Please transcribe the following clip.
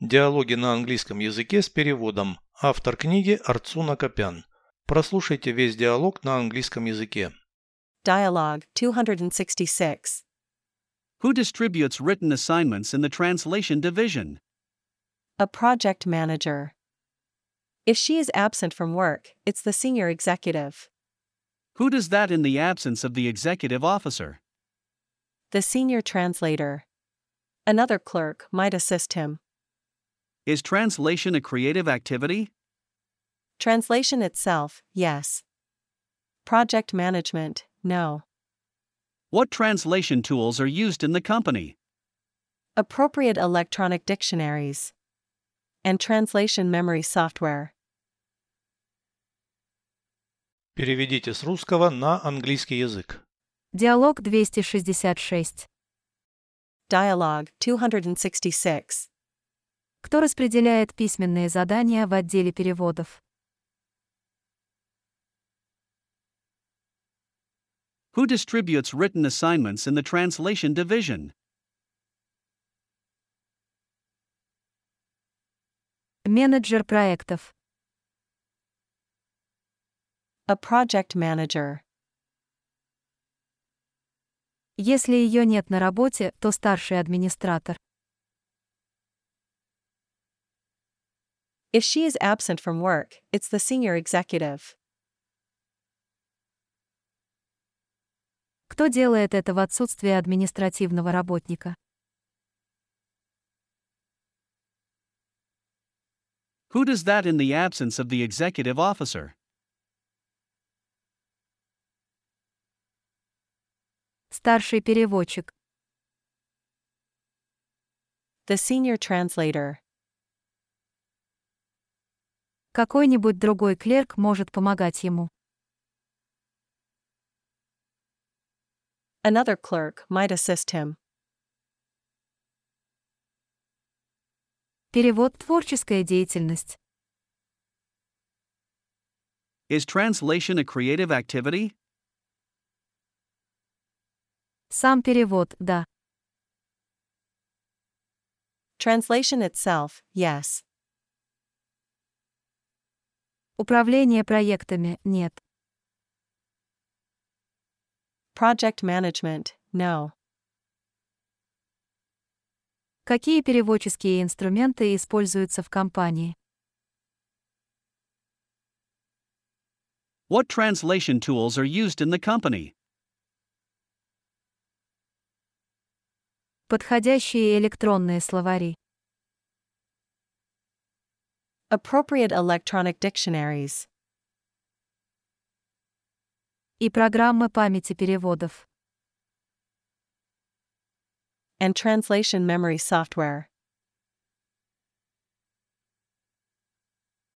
Диалоги на английском языке с переводом. Автор книги Арцуна Копян. Прослушайте весь диалог на английском языке. Dialogue 266. Who distributes written assignments in the translation division? A project manager. If she is absent from work, it's the senior executive. Who does that in the absence of the executive officer? The senior translator. Another clerk might assist him. Is translation a creative activity? Translation itself, yes. Project management, no. What translation tools are used in the company? Appropriate electronic dictionaries. And translation memory software. Переведите с русского на английский язык. Диалог 266. Dialogue 266. Кто распределяет письменные задания в отделе переводов? Who distributes written assignments in the translation division? Менеджер проектов. A project manager. Если ее нет на работе, то старший администратор. If she is absent from work, it's the senior executive. Кто делает это в отсутствие административного работника? Who does that in the absence of the executive officer? Старший переводчик. The senior translator. Какой-нибудь другой клерк может помогать ему. Another clerk might assist him. Перевод творческая деятельность. Is translation a creative activity? Сам перевод, да. Translation itself, yes. Управление проектами, нет. Project management, no. Какие переводческие инструменты используются в компании? What translation tools are used in the company? Подходящие электронные словари. Appropriate electronic dictionaries. И программы памяти переводов. And translation memory software.